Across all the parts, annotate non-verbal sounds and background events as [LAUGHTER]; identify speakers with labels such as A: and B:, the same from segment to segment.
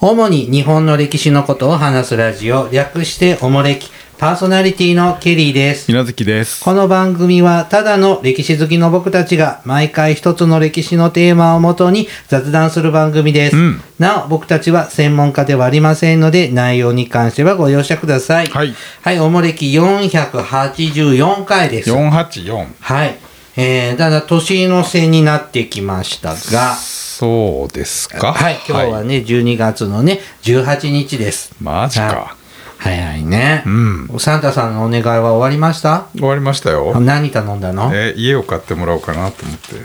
A: 主に日本の歴史のことを話すラジオ、略しておもれき、パーソナリティのケリーです。
B: 稲月です。
A: この番組は、ただの歴史好きの僕たちが、毎回一つの歴史のテーマをもとに雑談する番組です。
B: うん
A: なお、僕たちは専門家ではありませんので、内容に関してはご容赦ください。
B: はい。
A: はい、おもれき484回です。
B: 四八四。
A: はい。えー、だんだん年の瀬になってきましたが、
B: そうですか。
A: はい、今日はね、12月のね、18日です。
B: マジか。
A: はい早いね。
B: ん
A: サンタさんのお願いは終わりました
B: 終わりましたよ。
A: 何頼んだの
B: え家を買ってもらおうかなと思って。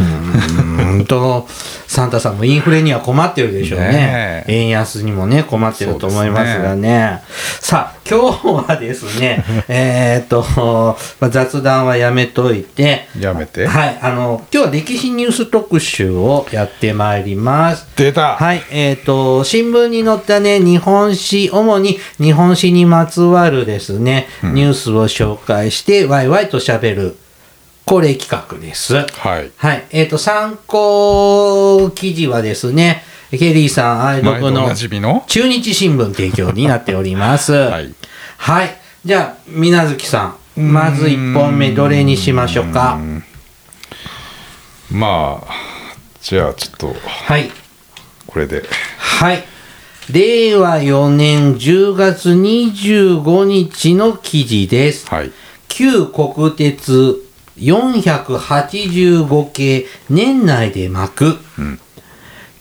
A: うんと、サンタさんもインフレには困ってるでしょうね。
B: ねえ
A: 円安にもね、困ってると思いますが
B: そう
A: ね。さあ、今日はですね、
B: [LAUGHS]
A: えーっと、まあ雑談はやめといて、
B: やめて。
A: はい、あの、今日は歴史ニュース特集をやってまいります。
B: 出た。
A: はい、えっ、と、新聞に載ったね、日本史、主に日本史にまつわるですね、ニュースを紹介して、ワイワイと喋る、恒例企画です。
B: はい。
A: はい、えっ、と、参考記事はですね、ケリーさん愛
B: 前
A: 読
B: のお
A: の
B: なじみの。
A: 中日新聞提供になっております。は
B: [LAUGHS] はいい。
A: じゃあ、みなずきさん、まず1本目、どれにしましょうか。
B: まあ。じゃあ、ちょっと。
A: はい。
B: これで。
A: はい。令和4年10月25日の記事です。
B: はい。
A: 旧国鉄485系年内で巻く。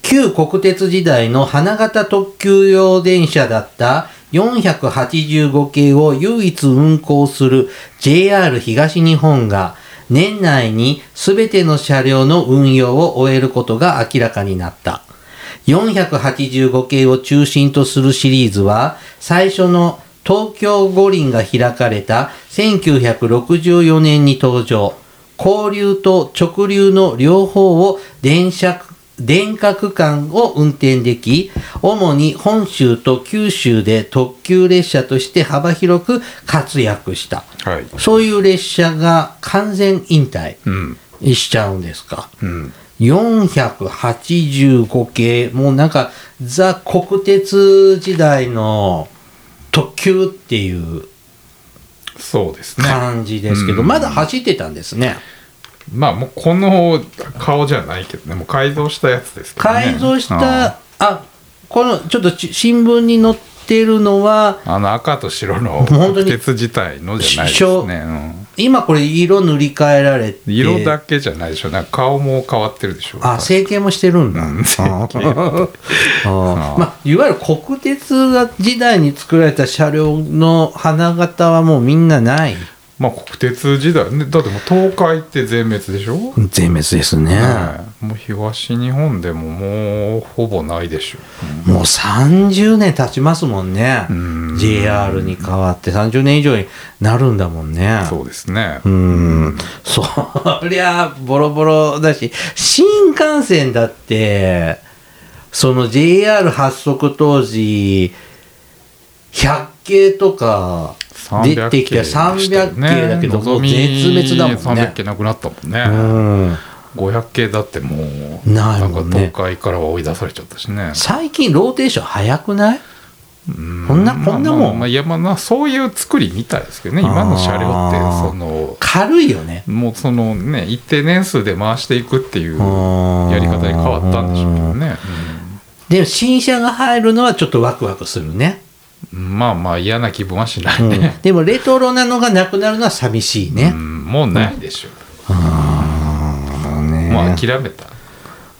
A: 旧国鉄時代の花形特急用電車だった485系を唯一運行する JR 東日本が年内に全ての車両の運用を終えることが明らかになった。485系を中心とするシリーズは最初の東京五輪が開かれた1964年に登場。交流と直流の両方を電車、電化区間を運転でき、主に本州と九州で特急列車として幅広く活躍した。
B: はい。
A: そういう列車が完全引退
B: うん。
A: しちゃうんですか。
B: うん。
A: 485系、もうなんか、ザ・国鉄時代の特急っていう
B: そうですね。
A: 感じですけど、
B: うん
A: まだ走ってたんですね。
B: まあ、もうこの顔じゃないけどね。もう改造したやつですけどね。
A: 改造し
B: うん
A: た、あ、この、ちょっとち新聞に載ってるのは、
B: あの赤と白の
A: 本当に
B: 鉄自体のじゃないで
A: しょ
B: すね、うん
A: 今これ色塗り替えられて、
B: 色だけじゃないでしょなんか顔も変わってるでしょ
A: あ、整形もしてるんだ。
B: うん整形
A: ああまあ、いわゆる国鉄が時代に作られた車両の花形はもうみんなない。
B: まあ国鉄時代ねだってもう東海って全滅でしょ、
A: 全滅ですね。
B: ねえもう東日本でももうほぼないでしょ、
A: もう30年経ちますもんね
B: う。ん
A: JR に変わって30年以上になるんだもんね。
B: そうですね、
A: うーん。そりゃ、ボロボロだし、新幹線だって、その JR 発足当時、100系とか出
B: 300
A: てきた300系だけど、もう絶滅だもん
B: 300
A: ね
B: 系。なくなったもん
A: う
B: ね、
A: ん、
B: 500系だってもう
A: ないもんね
B: んか東海からは追い出されちゃったしね
A: 最近ローテーション早くないこ
B: こ
A: んなこんなもん
B: まあまあまあいやまあなそういう作りみたいですけどね今の車両って
A: あー
B: その
A: 軽いよね。
B: もうそのね一定年数で回していくっていうや
A: や
B: り方に変わったんでしょうけどね、
A: でも新車が入るのはちょっとワクワクするね、
B: うんまあまあ嫌な気分はしな
A: う
B: いね
A: ん、 [LAUGHS] でもレトロなのがなくなるのは寂しいね、
B: うんもうないでしょう、もう諦めた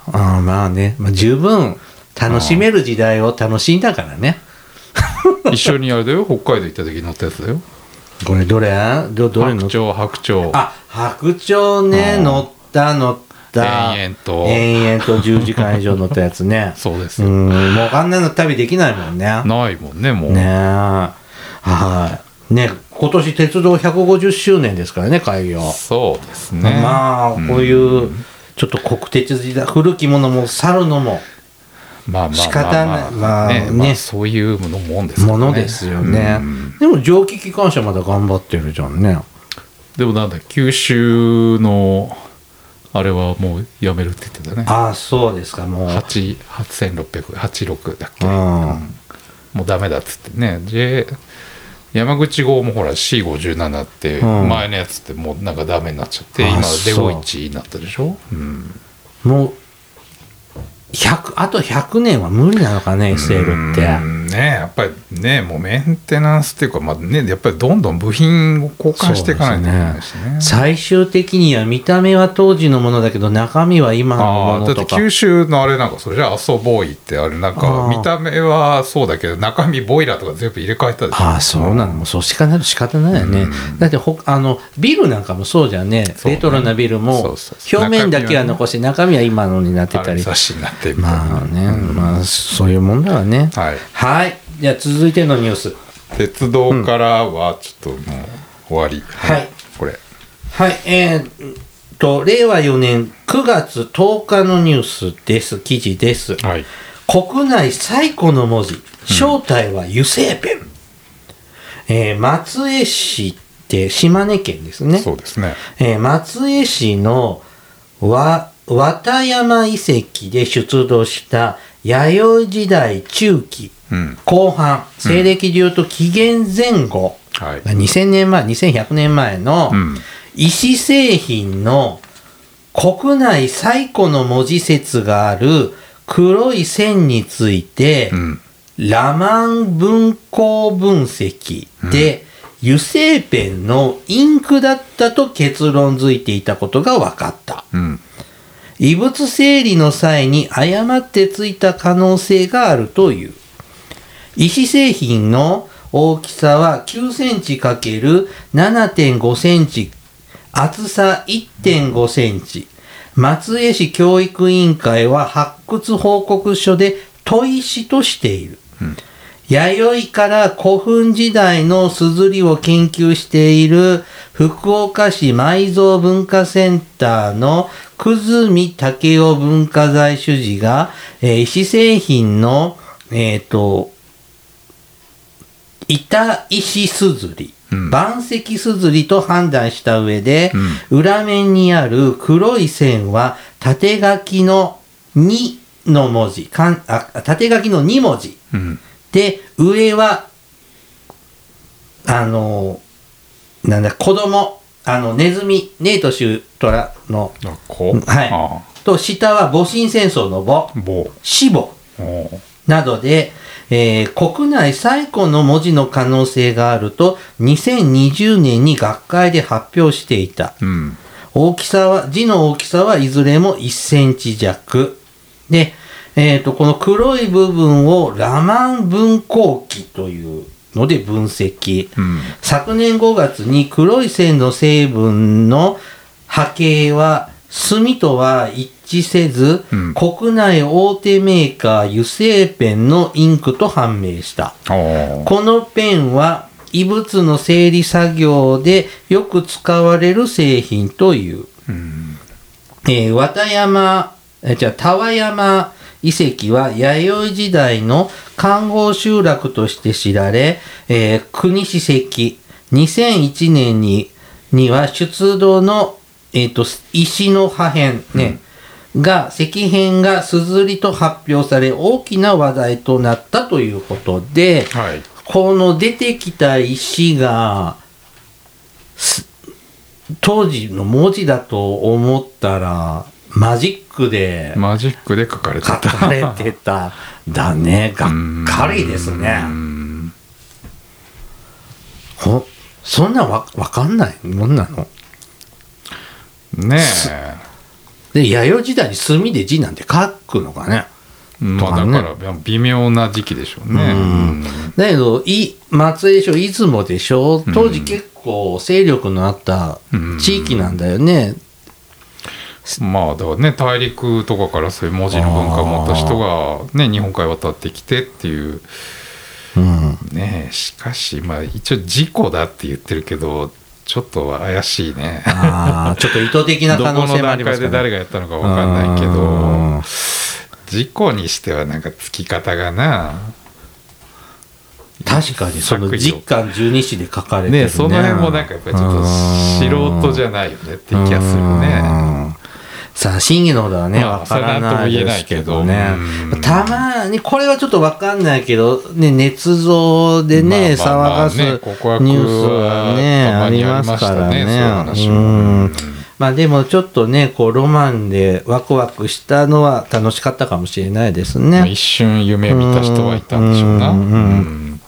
A: あーまあね、まあ、十分楽しめる時代を楽しんだからね
B: 一緒にあれだよ北海道行った時乗ったやつだよ
A: これどれどどれの
B: 白鳥白鳥
A: あ白鳥ね
B: うん
A: 乗った乗った
B: 延々と
A: 延々と10時間以上乗ったやつね
B: [LAUGHS] そうです
A: う
B: よ、
A: んもうあんなの旅できないもんね
B: ないもんねもう
A: ねえはいね今年鉄道150周年ですからね開業
B: そうですね
A: まあこういうちょっと国鉄時代古きものも去るのも
B: まあまあまあまあ
A: 仕方ないまあ
B: ね
A: ね
B: まあそういうものもんですから
A: ものですよね
B: うん
A: でも蒸気機関車まだ頑張ってるじゃんね
B: でもなんだ九州のあれはもうやめるって言ってたね
A: ああ、そうですか、もう。
B: 8 8686だっけ
A: う
B: も
A: ん。
B: うダメだっつってね J 山口号もほら C57 って
A: うん
B: 前のやつってもうなんかダメになっちゃって、
A: あ
B: 今デ
A: そう
B: ゴイチになったでしょ、うん、
A: もう、100、あと100年は無理なのかね、SL って。
B: うんねやっぱりねもうメンテナンスっていうか、まあね、やっぱりどんどん部品を交換していかないといけないしね
A: 最終的には見た目は当時のものだけど中身は今の
B: あ
A: も
B: あ
A: の
B: だ
A: と
B: って
A: か
B: 九州のあれなんかそれじゃあ遊ぼういってあれなん
A: あ
B: か
A: ー
B: 見た目はそうだけど中身ボイラーとか全部入れ替えたでしょ
A: ああそうなのもうそうしかなる仕方ないよね、だってほあのビルなんかもそうじゃんね
B: そう
A: レ
B: ね
A: トロなビル
B: そ
A: も
B: うそうそう
A: 表面だけは残して中身は今のになってた
B: あれ
A: り
B: 雑誌になってみたいな、
A: まあね、まあそういうもんだわね
B: はい
A: はいじゃあ続いてのニュース
B: 鉄道からはちょっともう終わり、
A: はい
B: これ
A: はい、えーっと、令和4年9月10日のニュースです、記事です。
B: はい
A: 国内最古の文字、正体は油性ペン。えー松江市って島根県ですね。
B: そうですね
A: えー松江市の和綿山遺跡で出土した弥生時代中期、
B: うん
A: 後半、西暦でいうと紀元前後、
B: はい
A: 2000年前、2100年前の
B: うん
A: 石製品の国内最古の文字説がある黒い線について、
B: うん
A: ラマン文庫分析で、油性ペンのインクだったと結論づいていたことが分かった。
B: うん
A: 異物整理の際に誤ってついた可能性があるという。石製品の大きさは9センチ ×7.5 センチ、厚さ1.5センチ。松江市教育委員会は発掘報告書で砥石としている。弥生から古墳時代の硯を研究している福岡市埋蔵文化センターの久住武雄文化財主事が、えー石製品の、えっ、と、板石硯、
B: うん
A: 岩石硯と判断した上で、裏面にある黒い線は縦書きの2の文字、かんあ縦書きの2文字。
B: うん
A: で、上は、あのーなんだ、子供、あの、ネズミ、ネイトシュートラの、
B: あこう
A: はい
B: あ
A: と、下は戊辰戦争の戊、
B: あ棒
A: 死母
B: おう
A: などで、えー国内最古の文字の可能性があると、2020年に学会で発表していた。
B: うん
A: 大きさは、字の大きさはいずれも1センチ弱。で、えっ、と、この黒い部分をラマン分光器というので分析。
B: うん
A: 昨年5月に黒い線の成分の波形は墨とは一致せず、
B: うん
A: 国内大手メーカー油性ペンのインクと判明した。
B: おう
A: このペンは異物の整理作業でよく使われる製品という。
B: うん
A: えー、綿山、えじゃあ、田和山遺跡は弥生時代の観光集落として知られ、えー国史跡、2001年に、には出土の、えーと、石の破片ね、が、石片が硯と発表され、大きな話題となったということで、
B: はい
A: この出てきた石がす当時の文字だと思ったらマジックで
B: マジックで書かれて
A: 書
B: た
A: かれてただねがっかりですね
B: うん
A: ほそんなわわかんないもんなの
B: ね
A: で弥生時代に墨で字なんて書くのかね
B: えま
A: とか
B: あ
A: ね
B: だから微妙な時期でしょうね
A: うんだけどい松江省出雲でしょ当時結構勢力のあった地域なんだよね、
B: うんまあだからね大陸とかからそういう文字の文化を持った人がね日本海渡ってきてっていう
A: うん、
B: ねえしかしまあ一応事故だって言ってるけどちょっと怪しいね
A: あーちょっと意図的な
B: ど
A: 可
B: こ
A: 能
B: の
A: 性もあ
B: 段
A: りま
B: 階
A: すか
B: で
A: ら
B: 誰がやったのか分かんないけ
A: うん
B: ど事故にしてはなんかつき方がな
A: 確かにその
B: 削除
A: 実感十二支で書かれてるね
B: ねその辺もなんかやっぱりちょっと素人じゃないよねっていう気がするね。
A: うんさあ、真偽のほどはね、
B: まあ
A: わからないですけどね
B: それは何とも言えないけどう。ん
A: たまに、これはちょっとわかんないけど、ね、捏造でね、
B: まあまあま
A: 騒
B: あ
A: がすニ
B: ね
A: ュ
B: 告白は
A: ースはね、
B: たま
A: あり
B: にあ
A: ま
B: り
A: す
B: まし
A: か
B: た
A: らね。
B: ねそういう話
A: う
B: も
A: んまあでもちょっとね、こう、ロマンでワクワクしたのは楽しかったかもしれないです
B: まあ
A: ね
B: 一。瞬夢見た人はいたんでしょうな。
A: うんう
B: うん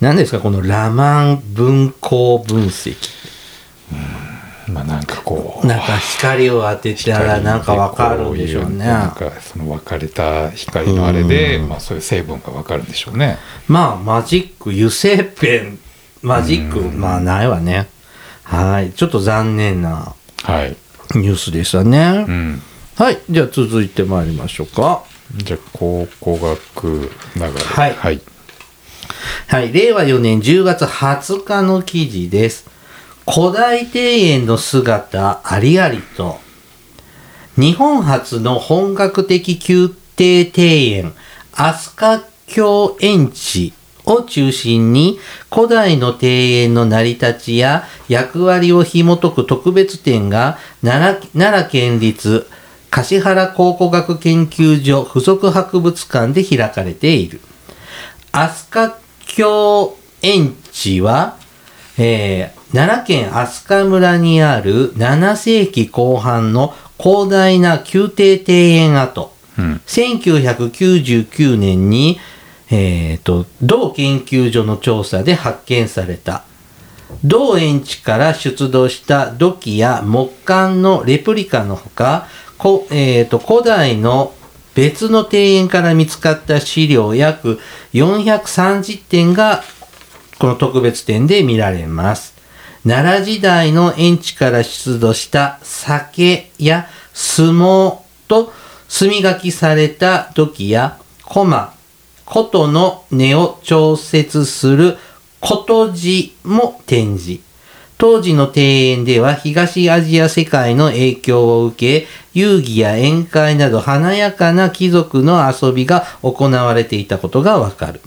A: 何ですか、このラマン文庫分析。
B: まあなんかこう。
A: なんか光を当てたらなんかわかるんでしょうね。
B: なんかその別れた光のあれで、まあそういう成分がわかるんでしょうね。
A: まあ、マジック、油性ペン、マジック、まあ、ないわね。はい。ちょっと残念な
B: はい。
A: ニュースでしたね。
B: うん。
A: はい。じゃあ、続いてまいりましょうか。
B: じゃあ考古学流れ。
A: はい
B: はい。
A: はい。令和4年10月20日の記事です。古代庭園の姿ありありと。日本初の本格的宮廷庭園、飛鳥京園地を中心に、古代の庭園の成り立ちや役割を紐解く特別展が、奈良奈良県立橿原考古学研究所附属博物館で開かれている。飛鳥京園地は、えー奈良県飛鳥村にある7世紀後半の広大な宮廷庭園跡。
B: うん。
A: 1999年に、えーと、同研究所の調査で発見された。同園地から出土した土器や木管のレプリカのほか、こえーと古代の別の庭園から見つかった資料約430点がこの特別展で見られます。奈良時代の園地から出土した酒や相撲と墨書きされた土器や駒、琴の音を調節する琴字も展示。当時の庭園では東アジア世界の影響を受け、遊戯や宴会など華やかな貴族の遊びが行われていたことがわかる。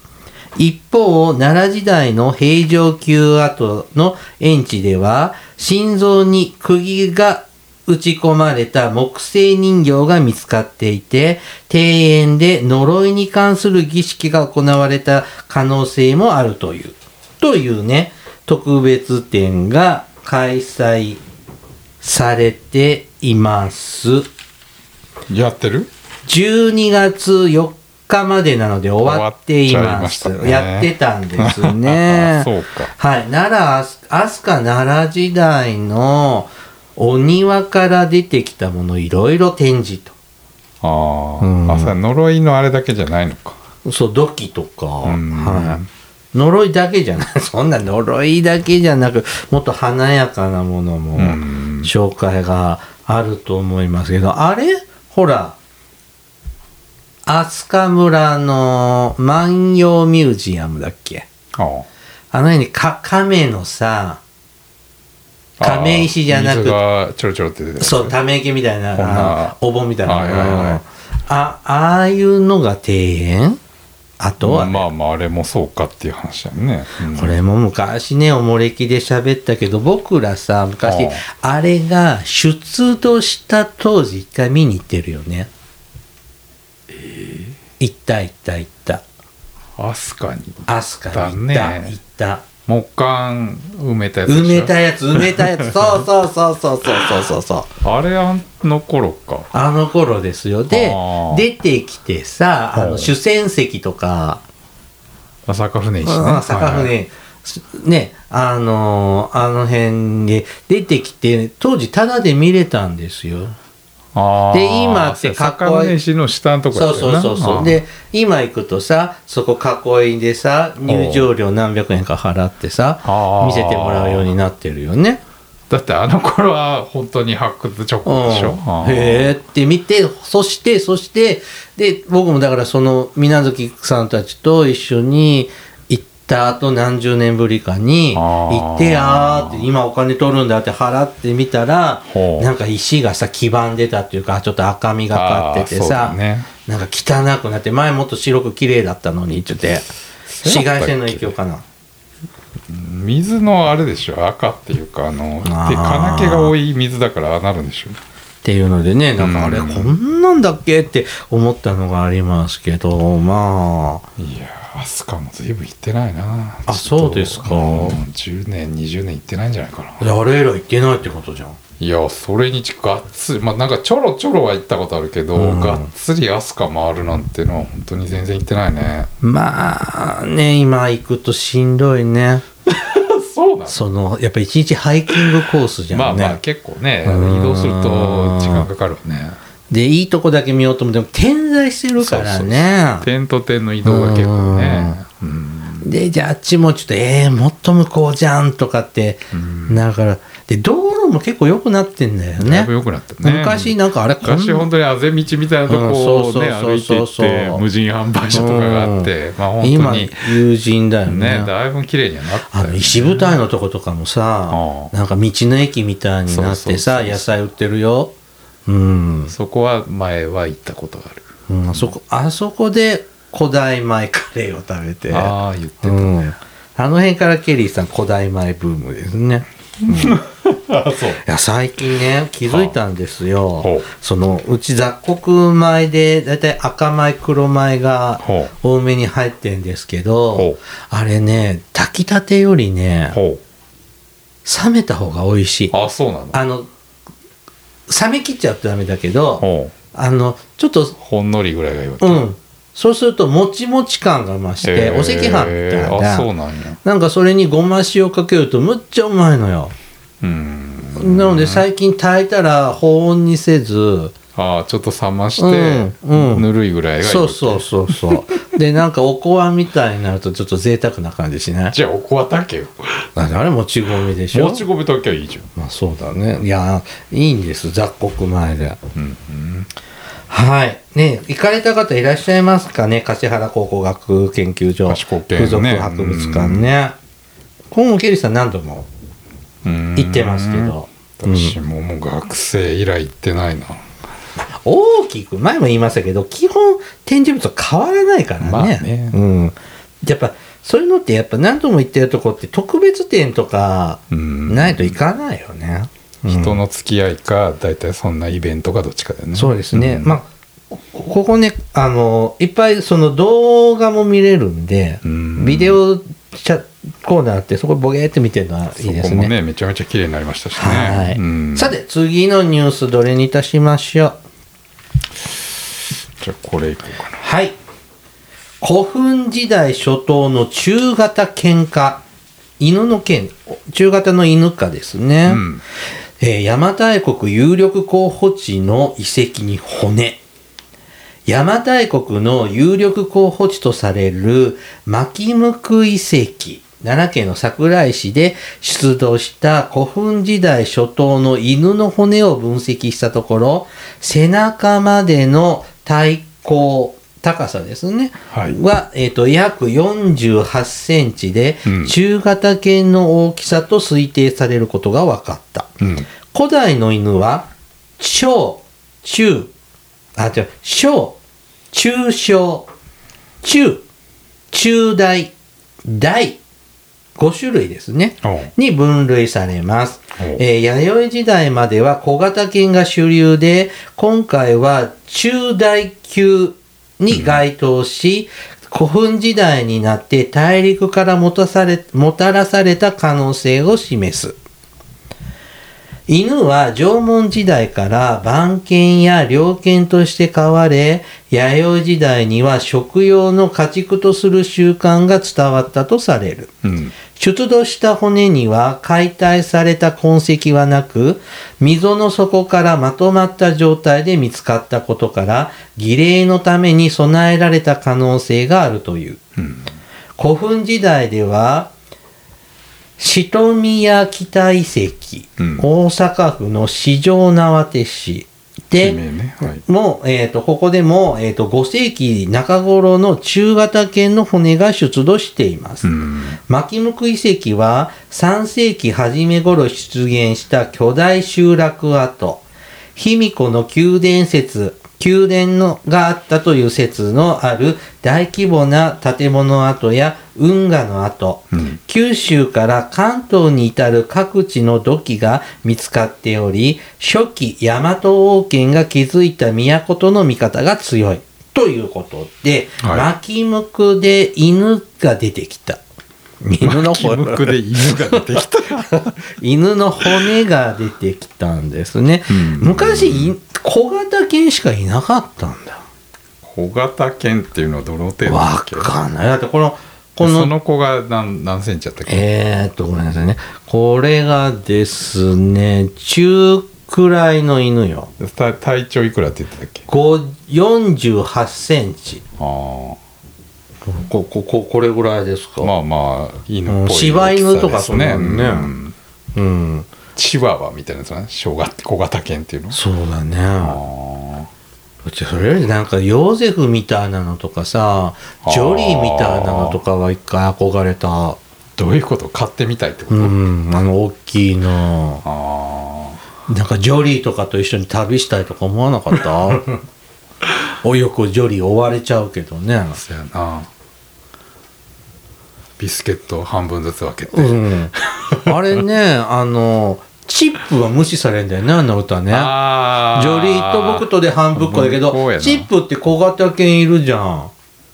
A: 一方、奈良時代の平城宮跡の園地では、心臓に釘が打ち込まれた木製人形が見つかっていて、庭園で呪いに関する儀式が行われた可能性もあるという、というね、特別展が開催されています。
B: やってる
A: 12月4日までなので終わっています。
B: 終わっちゃいましたね。
A: やってたんですね
B: [LAUGHS] そうか
A: はい。奈良あす、飛鳥奈良時代のお庭から出てきたものいろいろ展示
B: ああ、
A: うん
B: あそれ呪いのあれだけじゃないのか。
A: と。そう、土器とか。
B: ん
A: はい。呪いだけじゃない。 [LAUGHS] そんな呪いだけじゃなく、もっと華やかなものも
B: うん
A: 紹介があると思いますけど、あれほら、飛鳥村の万葉ミュージアムだっけ
B: ああ
A: あの辺にか亀のさ、亀石じゃなく
B: 水
A: て、
B: がちょろちょろって出てる
A: そう、ため池みたいな、
B: こんな
A: あのお盆みたいな、
B: はいはいはい
A: うんあ。ああいうのが庭園あとは、
B: まあまああれもそうかっていう話だよね、うん
A: これも昔ね、おもれきで喋ったけど、僕らさ、昔、
B: は
A: あれが出土した当時、一回見に行ってるよね。行った行った行った。
B: 飛鳥に
A: 飛鳥に行った、
B: だね
A: 行った。
B: 木管埋めたやつでしょ
A: 埋めたやつ、埋めたや
B: [LAUGHS]
A: つ。そうそうそうそうそうそうそうそう。
B: あれあの頃か
A: あの頃ですよ。で
B: あ、ー
A: 出てきてさ、あ
B: ほ
A: の
B: う
A: 主戦石とか、
B: 朝霞船石ね
A: うん坂
B: はいはい
A: 船、すね、あのーあの辺で出てきて、当時タダで見れたんですよ。
B: あー
A: で今って囲い
B: 坂船石の下のとこ
A: そうそうそうそう。
B: で
A: で、今行くとさ、そこ囲いでさ、入場料何百円か払ってさ
B: あ、ー
A: 見せてもらうようになってるよね。
B: だってあの頃は本当に発掘直
A: う
B: 後でしょ、あ
A: ん、
B: ー
A: へえって見てそしてそしてで僕もだからその水無月さんたちと一緒に行った後何十年ぶりかに
B: あー
A: 行ってあーって今お金取るんだって払ってみたら
B: ほう
A: なんか石がさ黄ばんでたっていうかちょっと赤みがかってて
B: あ
A: さ、
B: ーそうだね
A: なんか汚くなって前もっと白く綺麗だったのにって言って紫外線の影響かな。
B: 水のあれでしょ赤っていうかあので
A: あー
B: 金気が多い水だからああなるんでしょ
A: っていうのでね、なんかあれ、
B: うん
A: こんなんだっけって思ったのがありますけど、まあ、
B: いやー飛鳥も随分行ってないな
A: あ
B: ちょっと
A: そうですか
B: ん10年20年行ってないんじゃないかな
A: あれ以来行ってないってことじゃん。
B: いやそれにがっつりまあなんかちょろちょろは行ったことあるけど、
A: うん
B: がっつり飛鳥回るなんてのは本当に全然行ってないね
A: まあね、今行くとしんどいね。
B: そうなの
A: その、やっぱ一日ハイキングコースじゃんね。
B: まあまあ結構ね移
A: うん
B: 動すると時間かかるわね
A: で、いいとこだけ見ようと思っても、点在してるからね。
B: 点と点の移動が結構ねうん
A: で、じゃああっちもちょっと、えー、もっと向こうじゃんとかって、なるから、で、道路も結構良くなってんだよ
B: だい
A: ね
B: ぶ。良くなったね
A: 昔なんかあれ、こん
B: 昔本当にあぜ道みたいなとこをね
A: うん
B: 歩
A: そう
B: いて
A: そ
B: い
A: そ
B: う
A: う
B: っ
A: そう
B: て無人販売所とかがあってまあ本当
A: 今
B: に、
A: 友人だよね。
B: ねだいぶ綺麗にはなった
A: あ
B: よ
A: の
B: ね
A: 石舞台のとことかもさ、
B: う
A: なんか道の駅みたいになっ
B: そうそう
A: て
B: そ
A: さ、
B: う
A: 野菜売ってるよ。うん。
B: そこは前は行ったことがある
A: うんあそこ、あそこで古代米カレーを食べて。
B: ああ言ってた
A: うん。あの辺からケリーさん古代米ブームですね。
B: あそう
A: いや最近ね気づいたんですよ
B: ほう
A: そのうち雑穀米でだいたい赤米黒米が
B: ほ
A: 多めに入ってんですけ
B: ほ
A: ど
B: う
A: あれね炊きたてよりね
B: ほ
A: 冷めた方が美味しいう
B: あそうなの
A: あの冷めきっちゃうとダメだけど
B: ほう
A: あのちょっと
B: ほんのりぐらいが良い
A: うんそうするともちもち感が増してお赤飯みた
B: へ
A: い
B: ーあそう
A: な
B: なんや
A: なんかそれにごま塩かけるとむっちゃうまいのよ
B: うん
A: なので最近炊いたら保温にせず
B: ああちょっと冷まして、
A: うんうん
B: ぬるいぐらいが良い
A: そうそうそうそう。で、なんかおこわみたいになるとちょっと贅沢な感じしない
B: じゃあおこわ炊けよ
A: ああれもち米でしょ
B: もち米炊けばいいじゃん
A: まあそうだね。いや、いいんです。雑穀米で。
B: うん
A: はい。ね行かれた方いらっしゃいますかね橿原高校学研究所。
B: 橿高研ね
A: 附属博物館ね。今後、ケリーさん何度も
B: うん
A: 行ってますけど。うん
B: 私ももう学生以来行ってないな、
A: 大きく前も言いましたけど基本展示物は変わらないからね,、
B: まあね
A: うん、やっぱそういうのってやっぱ何度も言ってるとこって特別展とか
B: うん
A: ないといかないよね、うん
B: 人の付き合いか大体そんなイベントかどっちかだよね
A: そうですね、
B: ん
A: まあこここねあのいっぱいその動画も見れるんで、
B: うん
A: ビデオチャコーナーあってそこボケーって見てるのはいいです
B: そこも
A: ね
B: ねめちゃめちゃ綺麗になりましたしね
A: はい、
B: うん、
A: さて次のニュースどれにいたしましょう
B: じゃあこれいこうかな
A: はい。古墳時代初頭の中型犬科。犬の犬、中型の犬科ですね。
B: うん
A: えー邪馬台国有力候補地の遺跡に骨。邪馬台国の有力候補地とされる牧向遺跡。奈良県の桜井市で出土した古墳時代初頭の犬の骨を分析したところ、背中までの体高、高さですね。
B: はい
A: えっ、と、約48センチで、
B: うん
A: 中型犬の大きさと推定されることが分かった。
B: うん
A: 古代の犬は小中あ違う小中小中中大大5種類ですね
B: おう
A: に分類されます
B: おう、
A: えー弥生時代までは小型犬が主流で今回は中大級に該当し、古墳時代になって大陸からもたされもたらされた可能性を示す犬は縄文時代から番犬や猟犬として飼われ、弥生時代には食用の家畜とする習慣が伝わったとされる。
B: うん
A: 出土した骨には解体された痕跡はなく、溝の底からまとまった状態で見つかったことから、儀礼のために備えられた可能性があるという。
B: うん
A: 古墳時代では白宮北遺跡、
B: うん
A: 大阪府の四条縄手市
B: 地
A: で
B: 名ねはい
A: もう、えー、とここでも、えー、と5世紀中頃の中型犬の骨が出土しています。
B: うん
A: 牧向遺跡は3世紀初め頃出現した巨大集落跡、卑弥呼の宮殿説、宮殿のがあったという説のある大規模な建物跡や運河の跡、
B: うん
A: 九州から関東に至る各地の土器が見つかっており、初期大和王権が築いた都との見方が強い。ということで、
B: はい
A: 巻き向くで犬が出てきた。犬の
B: 巻き [LAUGHS]
A: 骨
B: ムクで犬が出てきた [LAUGHS]
A: 犬の骨が出てきたんですね。
B: うん
A: 昔い小型犬しかいなかったんだ。
B: 小型犬っていうのはどの程度だ
A: わ
B: っけ
A: かんない。だってこの、こ
B: そ
A: の、
B: の子が何何センチだったっけ
A: えーっと、ごめんなさいね。これがですね、中くらいの犬よ。
B: た体長いくらって言ってたっけ
A: こう48センチ。
B: あー
A: こ、こ、ここれぐらいですか。
B: まあまあ犬っぽい大きさです、ね、
A: 柴犬とかそうだね
B: ん
A: うん。
B: チワワみたいなやつだね小型小型犬っていうの
A: そうだね。
B: あ
A: うちそれよりなんかヨーゼフみたいなのとかさジョリーみたいなのとかは一回憧れた
B: ーどういうこと買ってみたいってこと、
A: うんあの大きいの
B: ああ
A: なんかジョリーとかと一緒に旅したいとか思わなかった
B: [LAUGHS]
A: およくジョリー追われちゃうけどね
B: そやなビスケットを半分ずつ分けて、
A: うんあれねあのチップは無視されんだよねあの歌ね
B: あ
A: ジョリーと僕とで半分っこだけ
B: 半分っ子
A: ど
B: やな
A: チップって小型犬いるじゃん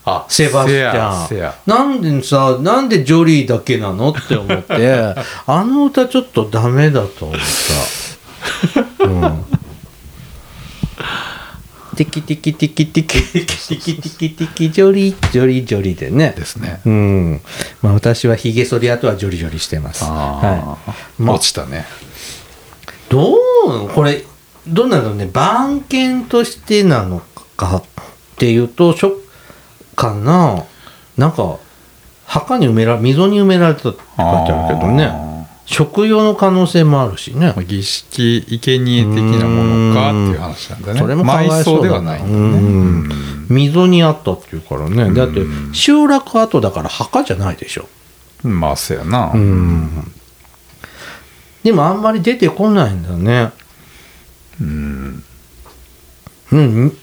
B: あ
A: セバスチ
B: せや
A: ャン
B: せや。
A: なんでさ、なんでジョリーだけなのって思って、あの歌ちょっとダメだと思った。うん。テキテキテキテキテキテキテキテキジョリージョリージョリーでね。
B: ですね
A: うん。まあ私はヒゲ剃り後はジョリジョリしてます。
B: ああ、
A: いまあ
B: 落ちたね
A: どうこれどうなのね番犬としてなのかっていうとしょかななんか墓に埋めら溝に埋められたって書いてあるけどね
B: あ
A: 食用の可能性もあるしね
B: ー儀式生贄的なものかっていう話なんだね
A: それもかわいそ
B: 埋葬
A: う
B: で
A: だ
B: は
A: な
B: ないんだ
A: う
B: ね
A: ん溝にあったっていうからねだって
B: うん
A: 集落跡だから墓じゃないでしょ
B: うんまあそうやな、
A: うんでもあんまり出てこないんだね
B: うん
A: うん、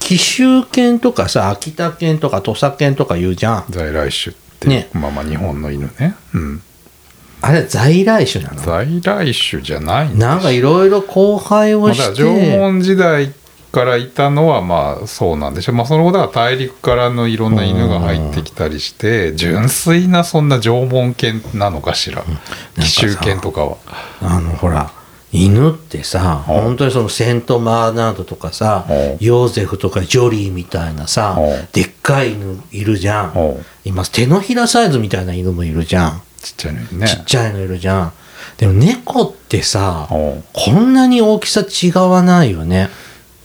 A: 紀州犬とかさ秋田犬とか土佐犬とか言うじゃん
B: 在来種って、
A: ね
B: まあまあ日本の犬ね、うん、
A: あれ在来種なの
B: 在来種じゃないんだ
A: なんかいろいろ交配
B: まあ
A: を
B: だから
A: し
B: 縄
A: て、
B: 文時代からいたのはまあそうなんでしょう、まあ、そのことは大陸からのいろんな犬が入ってきたりして純粋なそんな縄文犬なのかしら
A: さ
B: 紀州犬とかは
A: あのほら犬ってさ本当にそのセント・マーナードとかさ
B: うん
A: ヨーゼフとかジョリーみたいなさ
B: うん
A: でっかい犬いるじゃん
B: うん
A: 今手のひらサイズみたいな犬もいるじゃん
B: ちっちゃいのにね
A: ちっちゃいのいるじゃんでも猫ってさ
B: うん
A: こんなに大きさ違わないよね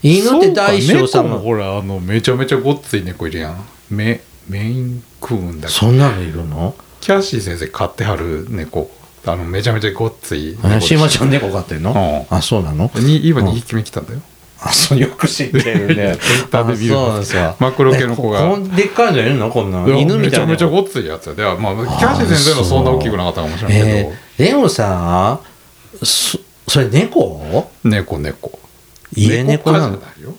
A: 犬って大小
B: そうか
A: さ
B: 猫も
A: ま
B: ほらあのめちゃめちゃごっつい猫いるやんメメインクーンだっけ
A: そんなのいるの
B: キャッシー先生飼ってはる猫あのめちゃめちゃごっつい猫
A: え
B: でし
A: シ
B: ょ
A: ーマちゃん猫飼ってんのあそうなの
B: に今2匹目来たんだよ
A: あそうよく知って
B: [LAUGHS]
A: る
B: いやツイッターで見る
A: あそうなんですよ
B: マクロ系の子が
A: えここんでっかいのいるのこんなの
B: いや
A: 犬みたいな
B: めちゃめちゃごっついやつやで、まあ、キャッシー先生のはそんな大きくなかったかもしれないけど、
A: えーでもさそそれ猫
B: 猫猫
A: 家猫
B: 科
A: な
B: じゃ
A: の
B: ないよ、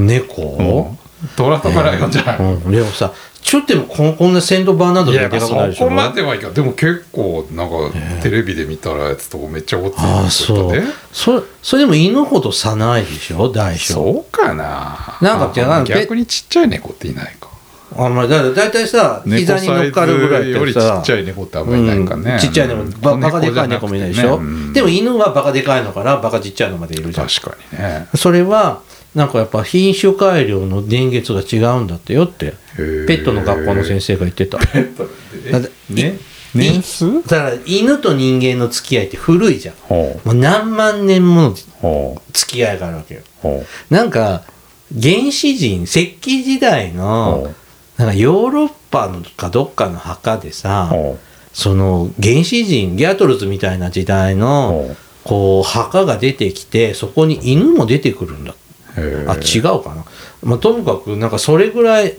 A: 猫
B: うんトラとかライオンじゃない、
A: うんでもさちょっとでもここんなセントバーナード
B: い
A: で
B: や
A: で
B: やっ
A: か
B: ぱそ
A: くないでしょ
B: こまではいかんでも結構なんかテレビで見たらやつとかめっちゃごっつい
A: ああ
B: やつやっ
A: そ
B: た
A: う
B: で
A: そそれでも犬ほど差ないでしょ大小
B: そうかな
A: なんか違う
B: あ逆にちっちゃい猫っていないか
A: あんまりだだいたいさ膝に乗っかるぐらい
B: 猫サイズよ
A: で
B: りち
A: さ
B: っちゃい猫ってあんまりいないかね、
A: うんちっちゃいのもばバカでかい猫もいないでしょ、でも
B: も
A: 犬はバカでかいのからバカちっちゃいのまでいるじゃん
B: 確かにね
A: それはなんかやっぱ品種改良の年月が違うんだってよって
B: ペ
A: ペットの学校の先生が言ってただだって
B: ね
A: い
B: 年数
A: から犬と人間の付き合いって古いじゃん
B: ほう
A: もう何万年もの
B: ほう
A: 付き合いがあるわけよ
B: ほ
A: なんか原始人石器時代
B: う
A: の
B: ほ
A: なんかヨーロッパのかどっかの墓で
B: う
A: さ
B: ほ
A: その原始人ギャトルズみたいな時代
B: う
A: の
B: ほ
A: こう墓が出てきてそこに犬も出てくるんだ
B: うへー
A: あ違うかな、まあ、ともかくなんかそれぐらい、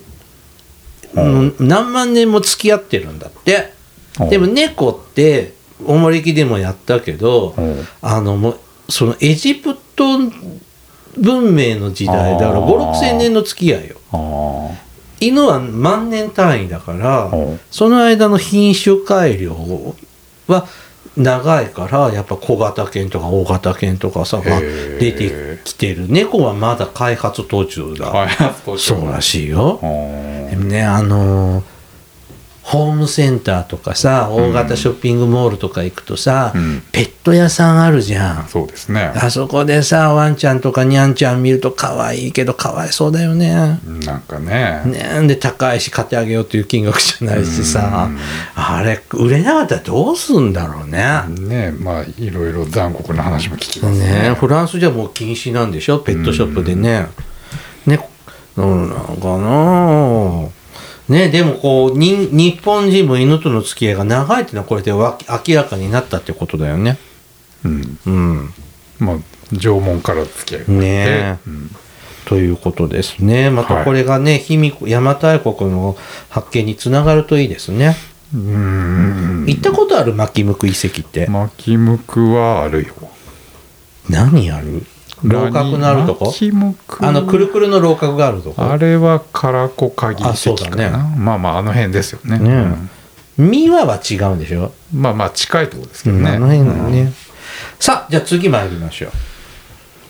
B: はあ
A: うん何万年も付き合ってるんだって
B: ほう
A: でも猫っておもれきでもやったけど
B: ほう
A: あのもうそのエジプト文明の時代だから
B: あー
A: 5 6千年の付き合いよ
B: あ
A: 犬は万年単位だから
B: おう
A: その間の品種改良は長いからやっぱ小型犬とか大型犬とかさ、まあ
B: へー
A: 出てきてる猫はまだ開発途中だ、
B: 開発途中
A: そうらしいよ
B: お。ー
A: でもねあのーホームセンターとかさ大型ショッピングモールとか行くとさ、
B: うん
A: ペット屋さんあるじゃん。
B: そうですね
A: あそこでさワンちゃんとかニャンちゃん見ると可愛いけどかわいそうだよね。
B: なんかね
A: ねんで高いし買ってあげようという金額じゃないしさ
B: うん
A: あれ売れなかったらどうすんだろうね。
B: ねまあいろいろ残酷な話も聞きます
A: ねフランスじゃもう禁止なんでしょペットショップでね。ねそうなのかなねでもこうに日本人も犬との付き合いが長いっていうのはこれでわ明らかになったってことだよね。
B: うん
A: うん
B: まあ縄文から付き合いがあって
A: ねえ
B: うん
A: ということですね。ま
B: は
A: た
B: い
A: これがね、卑弥呼邪馬台国の発見につながるといいですね。
B: うん
A: 行ったことある巻き向く遺跡って、
B: 巻き向くはあるよ
A: 何ある楼閣のあるとこ
B: 巻き向く
A: あのくるくるの楼閣があるとこ
B: あれはカラコ鍵遺
A: あそう
B: 跡
A: だ
B: か
A: ね
B: な、まあまああの辺ですよね
A: ね三輪は違うんでしょ、
B: うんまあまあ近いとこですけ
A: う
B: ど
A: ん、
B: ね、
A: あの辺だね、さあじゃあ次参りましょ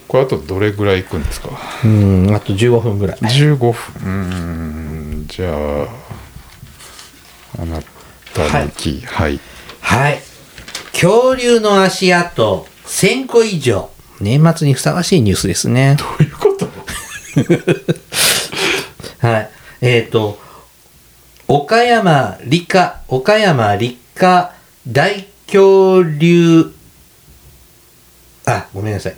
B: これあとどれぐらい行くんですか
A: ううんあと15分ぐらい
B: 15分うーんじゃああなたの木はい、
A: はい恐竜の足跡1000個以上年末にふさわしいニュースですね
B: どういうこと
A: はい。えっ、と、岡山理科、岡山理科大恐竜、あ、ごめんなさい。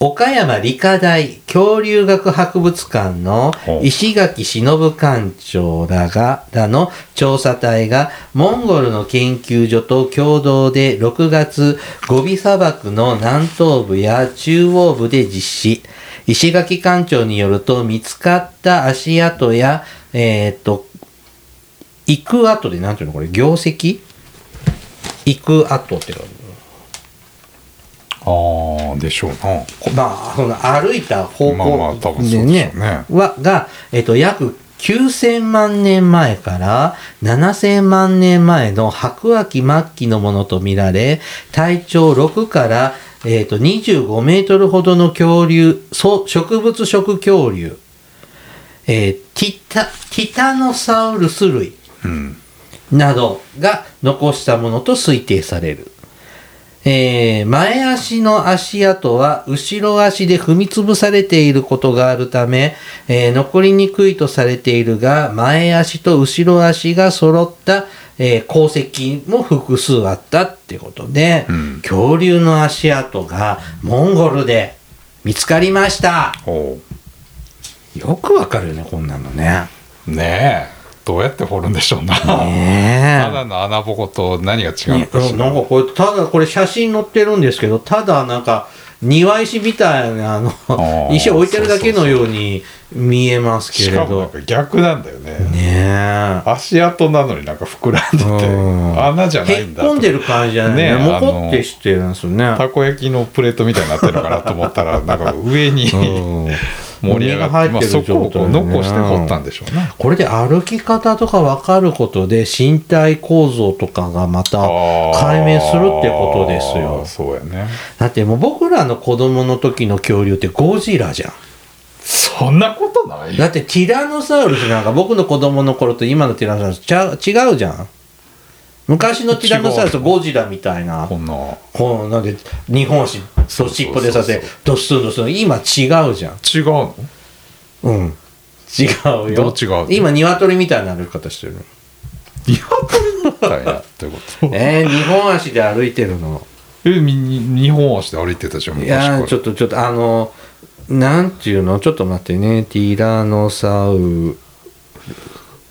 A: 岡山理科大恐竜学博物館の
B: ほう
A: 石垣忍館長らが、らの調査隊が、モンゴルの研究所と共同で6月、ゴビ砂漠の南東部や中央部で実施。石垣館長によると、見つかった足跡や、えっ、と、行く跡で、なんていうのこれ、業績行く跡っていうの
B: ああでしょうな
A: こまあ、その歩いた方
B: まあまあ多
A: 向
B: 分そうでしょ
A: で
B: う
A: ね
B: ね、
A: はが、えっと、約9000万年前から7000万年前の白亜紀末期のものとみられ、体長6から、えっと、25メートルほどの恐竜、そう植物食恐竜、えーティタ、ティタノサウルス類
B: うん
A: などが残したものと推定される。えー前足の足跡は後ろ足で踏みつぶされていることがあるため、えー残りにくいとされているが、前足と後ろ足が揃った、えー功績も複数あったってことで、
B: うん
A: 恐竜の足跡がモンゴルで見つかりました。
B: お
A: よくわかるよね、こんなのね。
B: ねえどうやって掘るんでしょうな、
A: ねえ
B: ただの穴ぼこと何が違うのかし
A: うん
B: ら、
A: なんかこれただこれ写真載ってるんですけどただなんか庭石みたいなあの
B: ー
A: 石を置いてるだけのように見えますけ
B: し
A: れ
B: かもなん
A: ど
B: か逆なんだよね
A: ねえ
B: 足跡なのになんか膨らんで
A: うん
B: て穴じゃな
A: へ
B: い
A: っ
B: んだ
A: こんでる感じじゃないね
B: ね
A: も
B: え
A: こってしてるんですよね
B: たこ焼きのプレートみたいになってるのかなと思
A: [LAUGHS]
B: ったらなんか上に
A: うん
B: 盛り上がって、まあ、そこをこう残して掘ったん
A: で
B: でしょうね
A: これで歩き方とか分かることで身体構造とかがまた解明するってことです
B: あー
A: よ
B: そうやね
A: だってもう僕らの子供の時の恐竜ってゴジラじゃん
B: そんなことない
A: だってティラノサウルスなんか僕の子供の頃と今のティラノサウルスちゃ違うじゃん昔のティラノサウルス
B: 違う
A: ゴジラみたいな
B: こんな
A: こうなんで日本足と尻尾でさせ
B: そうそうそうそ
A: ドスンドスン今違うじゃん
B: 違うの
A: うん違うよ
B: どう違う
A: 今鶏みたいな歩き方してる
B: 鶏 [LAUGHS] みたいなってこと
A: えー、日本足で歩いてるの
B: えみに日本足で歩いてたじゃん
A: い
B: 昔から
A: やーちょっとちょっとあのなんていうのちょっと待ってねティラノサウ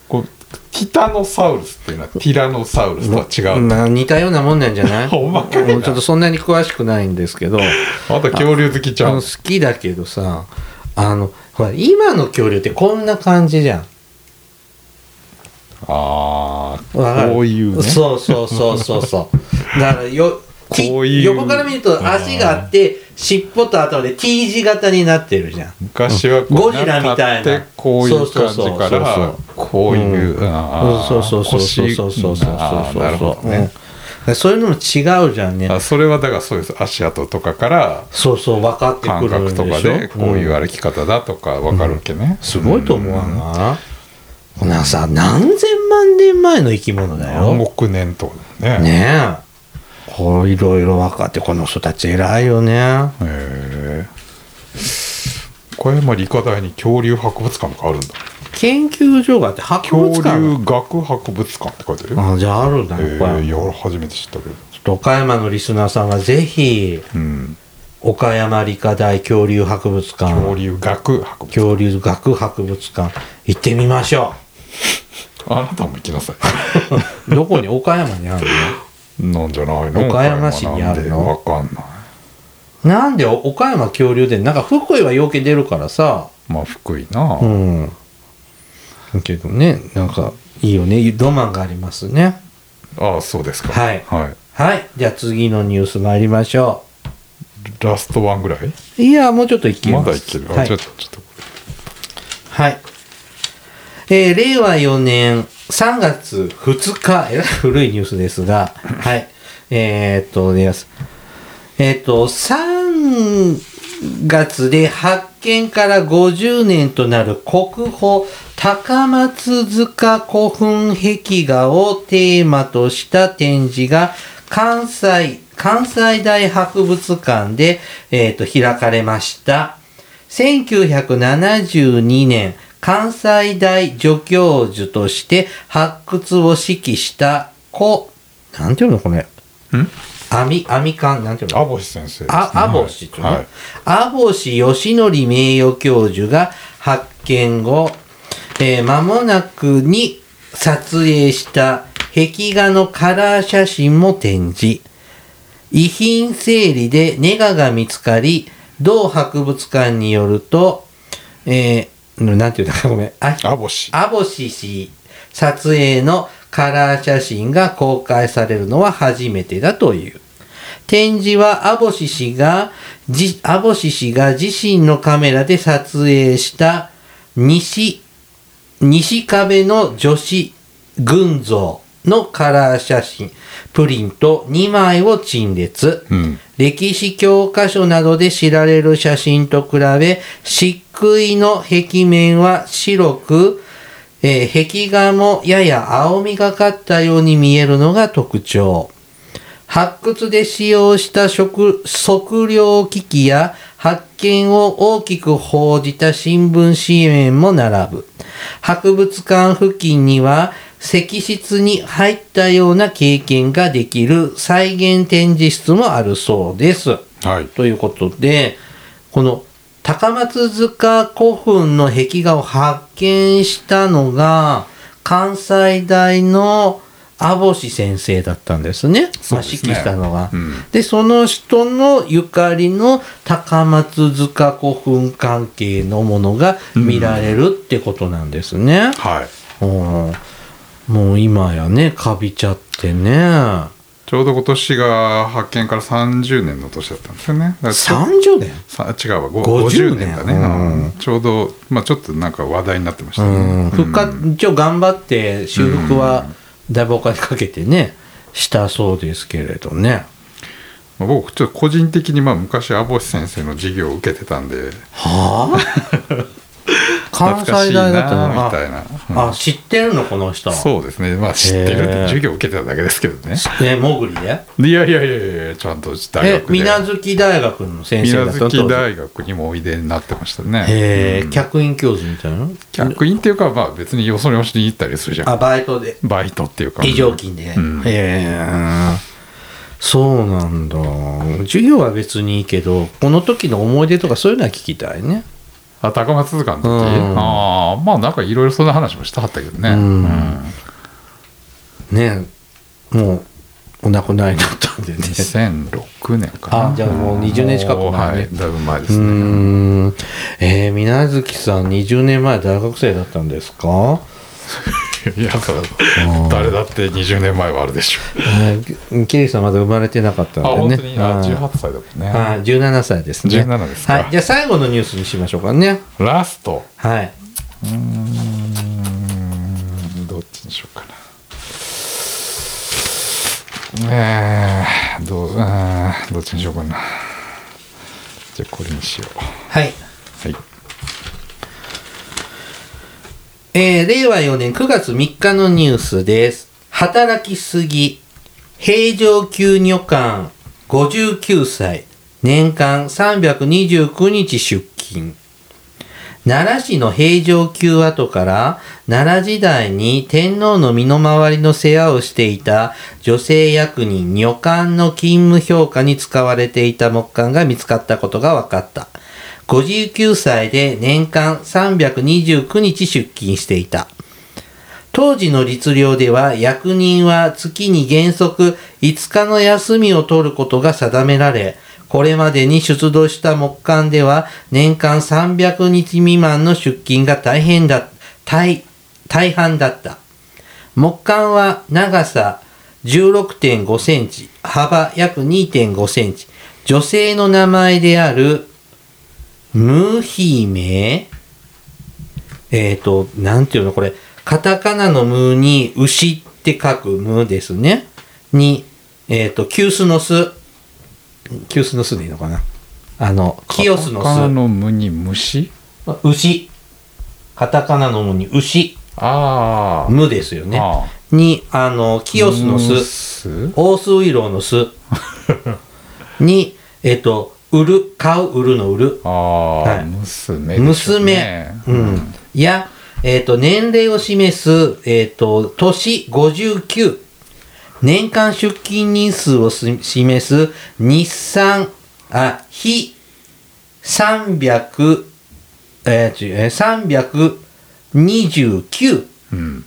B: こうティタノサウルスっていうのはティラノサウルスとは違うの、
A: な似たようなもんなんじゃ
B: [LAUGHS]
A: ない
B: ほんまかいな
A: うんちょっとそんなに詳しくないんですけど
B: また恐竜好きちゃ
A: あの
B: う
A: 好きだけどさあのほら今の恐竜ってこんな感じじゃん
B: あ
A: わか
B: あ
A: る
B: こういうね [LAUGHS]
A: そうそうそうそうそうだからよき
B: こういう
A: 横から見ると足があって尻尾と頭で T 字型になってるじゃん。
B: 昔は
A: ゴジラみたいな
B: 立ってこういう感じか
A: そうそうそう
B: ら
A: そ
B: こういうあー
A: そうそうそうそう
B: 腰
A: そうそうそうそう
B: あーなるほど
A: うんだ
B: ね
A: からそういうのも違うじゃんね
B: あそれはだからそうです足跡とかから
A: そうそう分かってく
B: 感
A: るんで
B: 覚
A: しょ
B: とかでこういう
A: うん
B: 歩き方だとかわかるわけね
A: すごいと思わな、こんなんさ何千万年前の生き物だよ
B: 何億年ってことだね
A: ねえこういろいろ分かってこの人たち偉いよね
B: へえ岡山理科大に恐竜博物館とかあるんだ
A: 研究所があって博
B: 恐
A: 物館
B: 竜学博物館って書いてあるよ
A: あじゃああるんだ
B: え
A: ねこれ、
B: ーいや俺初めて知ったけど
A: ちょっと岡山のリスナーさんはぜひ
B: うん
A: 岡山理科大恐竜博物館
B: 恐竜学博物館
A: 恐竜学博物館行ってみましょ
B: あなたも行きなさい [LAUGHS]
A: [LAUGHS] うどこに岡山にある
B: なんじゃないの
A: 岡山市にあるの
B: わかんない
A: のなんで岡山恐竜でなんか福井は要件出るからさ
B: まあ福井な
A: うんけどねなんかいいよねロマンがありますね
B: ああそうですか
A: はい
B: は
A: はいじゃあ次のニュース参りましょ
B: いラストワンぐらいう
A: いやもうちょっといけ
B: ま
A: ます
B: だいける
A: は
B: あ
A: い
B: ちょっとちょっと
A: はい。えー令和4年3月2日、えらい古いニュースですが、はい。えーっと、ね、えーっと、3月で発見から50年となる国宝高松塚古墳壁画をテーマとした展示が関西、関西大博物館で、えーっと、開かれました。1972年、関西大助教授として発掘を指揮した子、なんていうのこれ。
B: ん
A: アミ、アミカン、なんていうの
B: 阿星先生ですね
A: あ、アボシとね、
B: はい
A: アボシ義則名誉教授が発見後、えー間もなくに撮影した壁画のカラー写真も展示。遺品整理でネガが見つかり、同博物館によると、えー、なんていうんだかごめん。あ
B: 阿星
A: アボシ氏撮影のカラー写真が公開されるのは初めてだという。展示はアボシ氏が、じアボシ氏が自身のカメラで撮影した西、西壁の女子群像のカラー写真、プリント2枚を陳列。
B: うん
A: 歴史教科書などで知られる写真と比べ、漆喰の壁面は白く、えー壁画もやや青みがかったように見えるのが特徴。発掘で使用した食測量機器や発見を大きく報じた新聞紙面も並ぶ。博物館付近には石室に入ったような経験ができる再現展示室もあるそうです。
B: はい
A: ということで、この高松塚古墳の壁画を発見したのが、関西大の網星先生だったんですね。
B: そ
A: ま
B: う
A: あ
B: です
A: 指
B: ね
A: 揮したのが、
B: うん
A: で、その人のゆかりの高松塚古墳関係のものが見られるってことなんですね。
B: はい
A: うんもう今やね、カビちゃってね。
B: ちょうど今年が発見から30年の年だったんですよね。だからちょ
A: 30年
B: さ違うわ、ご
A: 50
B: 50
A: 年
B: 年だね、
A: うん
B: うんちょうど、まあ、ちょっとなんか話題になってました
A: うん
B: ね。
A: 復活一応頑張って修復はだいぶお金かけてねしたそうですけれどね
B: まあ僕、ちょっと個人的にまあ昔、網星先生の授業を受けてたんで、
A: はあ [LAUGHS] 関
B: 懐かし
A: 西
B: いな
A: 大だったの
B: み
A: あ
B: たいな。
A: あ知ってるのこの人
B: そうですね、まあ、知ってるって授業を受けてただけですけどね。
A: えモグリで
B: いやいやいやいや、ちゃんと大
A: え
B: 学で。
A: 水無月大学の先生だった
B: 水無
A: の
B: 月
A: へ
B: 大学にもおいでになってましたね。
A: え客員教授みたいな
B: 客員っていうか、まあ、別によそに押しに行ったりするじゃ
A: あ
B: ん。
A: バイトで
B: バイトっていうか。
A: 非常勤でへ
B: うん
A: えそうなんだ授業は別にいいけどこの時の思い出とかそういうのは聞きたいね
B: あ高松図鑑の時、
A: うん
B: ああまあなんかいろいろそんな話もしたはったけどね、
A: うん
B: うん
A: ねえもうお亡くなりになったんでね。
B: 2006年かな
A: あじゃあもう20年近く
B: もう
A: 前
B: は
A: ね
B: いだいぶ前で
A: うー
B: すね
A: ん。えー、水無月さん20年前大学生だったんですか
B: いやだから誰だって20年前はあるでしょ
A: はいケリーさんまだ生まれてなかった
B: あ
A: ん
B: 本
A: で
B: 当
A: ね
B: にあ
A: はい
B: 18歳だもんね
A: はい17歳ですね
B: 17ですか
A: はい、じゃあ最後のニュースにしましょうかね
B: ラスト
A: はいう
B: ーんどっちにしようかなえー、どううーんどっちにしようかなじゃあこれにしよう
A: はい
B: はい
A: えー令和4年9月3日のニュースです。働きすぎ。平常給与官59歳。年間329日出勤。奈良市の平城宮跡から奈良時代に天皇の身の回りの世話をしていた女性役人女官の勤務評価に使われていた木簡が見つかったことが分かった。59歳で年間329日出勤していた。当時の律令では役人は月に原則5日の休みを取ることが定められ、これまでに出土した木簡では年間300日未満の出勤が大変だ、大、大半だった。木簡は長さ16.5センチ、幅約2.5センチ、女性の名前である無姫えっ、と、なんていうのこれ、カタカナの無に牛って書く無ですね。に、えっ、と、急須の巣。急須の巣でいいのかなあの、清須
B: カタカ
A: の
B: ナの無に虫
A: 巣。牛。カタカナの無に牛。
B: ああ
A: 無ですよね。
B: あ
A: に、あの、清須の
B: ムー
A: 巣。
B: ス
A: 大水楼の巣。に、えっ、と、売る、買う、売るの売る。
B: ああ、
A: はい
B: 娘でしょう
A: 娘
B: ね、
A: うん、や、えー、と年齢を示す、えー、と年59年間出勤日数をす示す日産あ非300えーちえー329
B: うん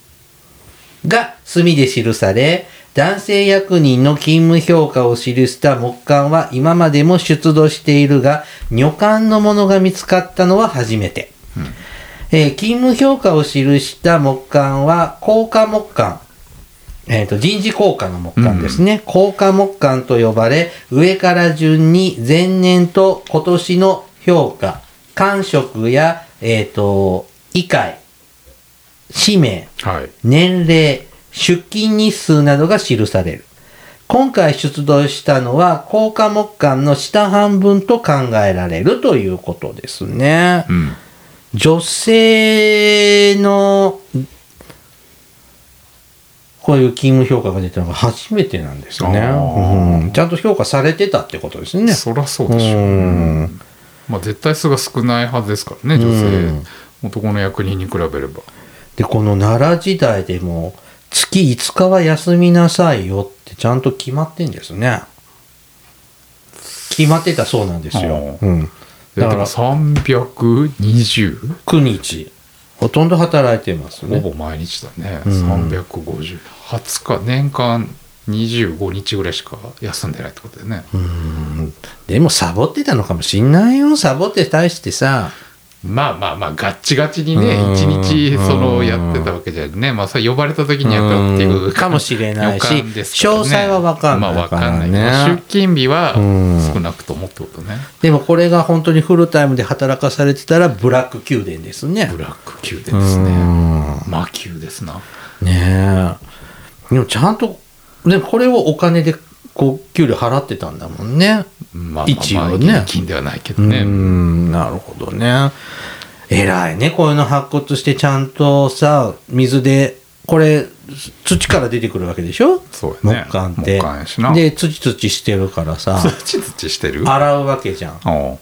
A: が墨で記され、男性役人の勤務評価を記した木簡は今までも出土しているが、女官のものが見つかったのは初めて。えー勤務評価を記した木簡は、効果木簡。えーと人事効果の木簡ですね。効果木簡と呼ばれ、上から順に前年と今年の評価、官職や、えー、と議会、氏名、
B: はい
A: 年齢、出勤日数などが記される。今回出土したのは、効果木簡の下半分と考えられるということですね
B: う。ん
A: 女性の、こういう勤務評価が出たのが初めてなんですよね。
B: あー
A: うんちゃんと評価されてたってことですね。
B: そりゃそうでしょう、
A: うん
B: まあ、絶対数が少ないはずですからね女性、男の役人に比べれば
A: でこの奈良時代でも月5日は休みなさいよってちゃんと決まってんですね決まってたそうなんですよ、
B: う
A: うん、
B: えで
A: だか
B: も
A: ら
B: 320
A: 9日ほとんど働いてます
B: ほ
A: ね
B: ぼ毎日だね、
A: うん
B: 350 20日年間25日ぐらいしか休んでないってことだよね、
A: うんでもサボってたのかもしんないよサボって対してさ
B: まあまあまあガッチガチにね
A: うん
B: 一日その
A: うん
B: やってたわけじゃねまあそれ呼ばれた時にやったっていううん
A: かもしれないし
B: 予感ですからね
A: 詳細は分かんない
B: まあ分かんない
A: からね
B: けど出勤日は
A: うん
B: 少なくともってことね
A: でもこれが本当にフルタイムで働かされてたらブラック宮殿ですね
B: ブラック宮殿ですね
A: ね
B: 魔宮ですな
A: ねえでもちゃんとでもこれをお金でこう給料払ってたんだもんね
B: まあまあまあ
A: 一応ね
B: 現金ではないけど
A: う
B: ね、
A: んなるほどね偉いねこういうの発掘してちゃんとさ水でこれ土から出てくるわけでしょ
B: そうやね
A: 木管って
B: 木管やしな
A: で土土してるからさ
B: ツチツチしてる
A: 洗うわけじゃん
B: おう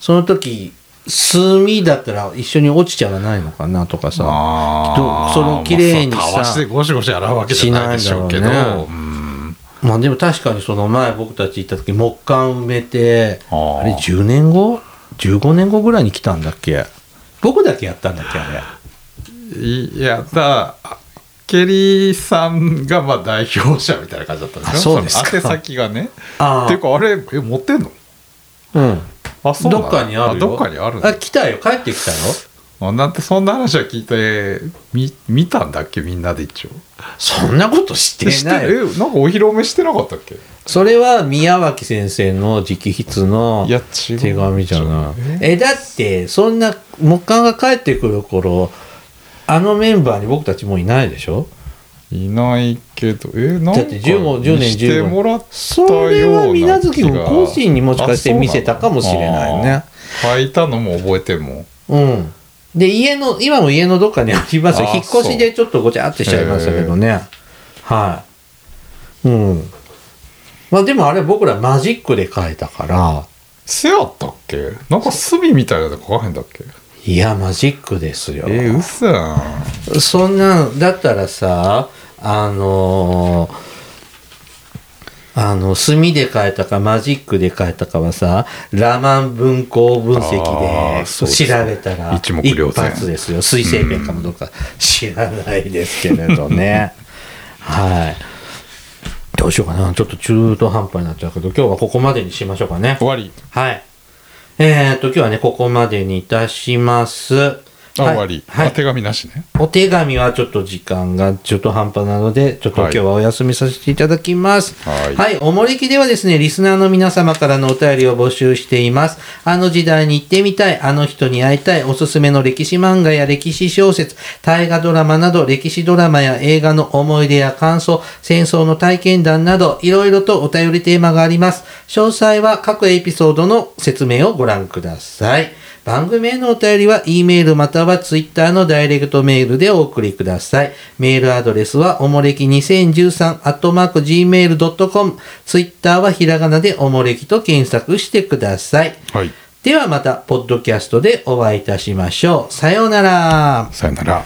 A: その時炭だったら一緒に落ちちゃわないのかなとかさ
B: あー
A: どそれを綺麗にさ
B: まあたわしでゴシゴシ洗うわけじゃないでしょうけど
A: しないんだろうね
B: うん
A: まあでも確かにその前僕たち行った時木管埋めて
B: あー
A: あれ10年後 ?15 年後ぐらいに来たんだっけ僕だけやったんだっけあれ。
B: いやだケリーさんがまあ代表者みたいな感じだったんで
A: あ
B: すよ
A: そうですか
B: の宛先がね
A: あー
B: っていうかあれえ持ってんの
A: うん。
B: あそうな
A: ど
B: の
A: っかにあるよ。
B: どっかにあるんだ
A: あ、来たよ。帰ってきたよ。
B: あなんてそんな話は聞いてみ見たんだっけみんなで一応
A: そんなことして
B: して
A: ない
B: えなんかお披露目してなかったっけ
A: それは宮脇先生の直筆の
B: いや違う
A: 手紙じゃない
B: 違う。
A: え、だって、そんな、木簡が帰ってくる頃、あのメンバーに僕たちもういないでしょ
B: いないけどえなんか
A: だって15 10年
B: 見してもらったよう
A: そ
B: な
A: れは水無月も
B: 更
A: 個人にもしかして見せたかもしれないね。
B: 履いたのも覚えてんもん
A: うん。で、家の、今も家のどっかにありますよ。
B: あ
A: 引っ越
B: そ
A: し
B: う
A: でちょっとごちゃってしちゃいましたけどね。はい。うん。まあでもあれ僕らマジックで書いたから、
B: せやったっけなんか隅みたいなの書かへんだっけ
A: いや、マジックですよ。
B: えー、うそやん
A: そんなんだったらさあのーあの墨で書いたかマジックで書いたかはさラマン文庫分析
B: あ
A: で
B: ーそうですね
A: 調べたら
B: 一目瞭然
A: 一発ですよ水性ペンかもどうか知らないですけれど
B: [LAUGHS]
A: ねはいどうしようかなちょっと中途半端になっちゃうけど今日はここまでにしましょうかね
B: 終わり
A: はいえー、っと今日はねここまでにいたします
B: あ、
A: はい
B: 終わり、
A: はい
B: あ手紙なしね
A: お手紙はちょっと時間が中途半端なので、ちょっと今日はお休みさせていただきます。
B: はい
A: はい、おもれきではですね、リスナーの皆様からのお便りを募集しています。あの時代に行ってみたい、あの人に会いたい、おすすめの歴史漫画や歴史小説、大河ドラマなど、歴史ドラマや映画の思い出や感想、戦争の体験談など、いろいろとお便りテーマがあります。詳細は各エピソードの説明をご覧ください。番組へのお便りは E メールまたは Twitter のダイレクトメールでお送りください。メールアドレスはおもれき2013 gmail.com Twitter はひらがなでおもれきと検索してください。
B: はい
A: ではまた、ポッドキャストでお会いいたしましょう。さようなら。
B: さよなら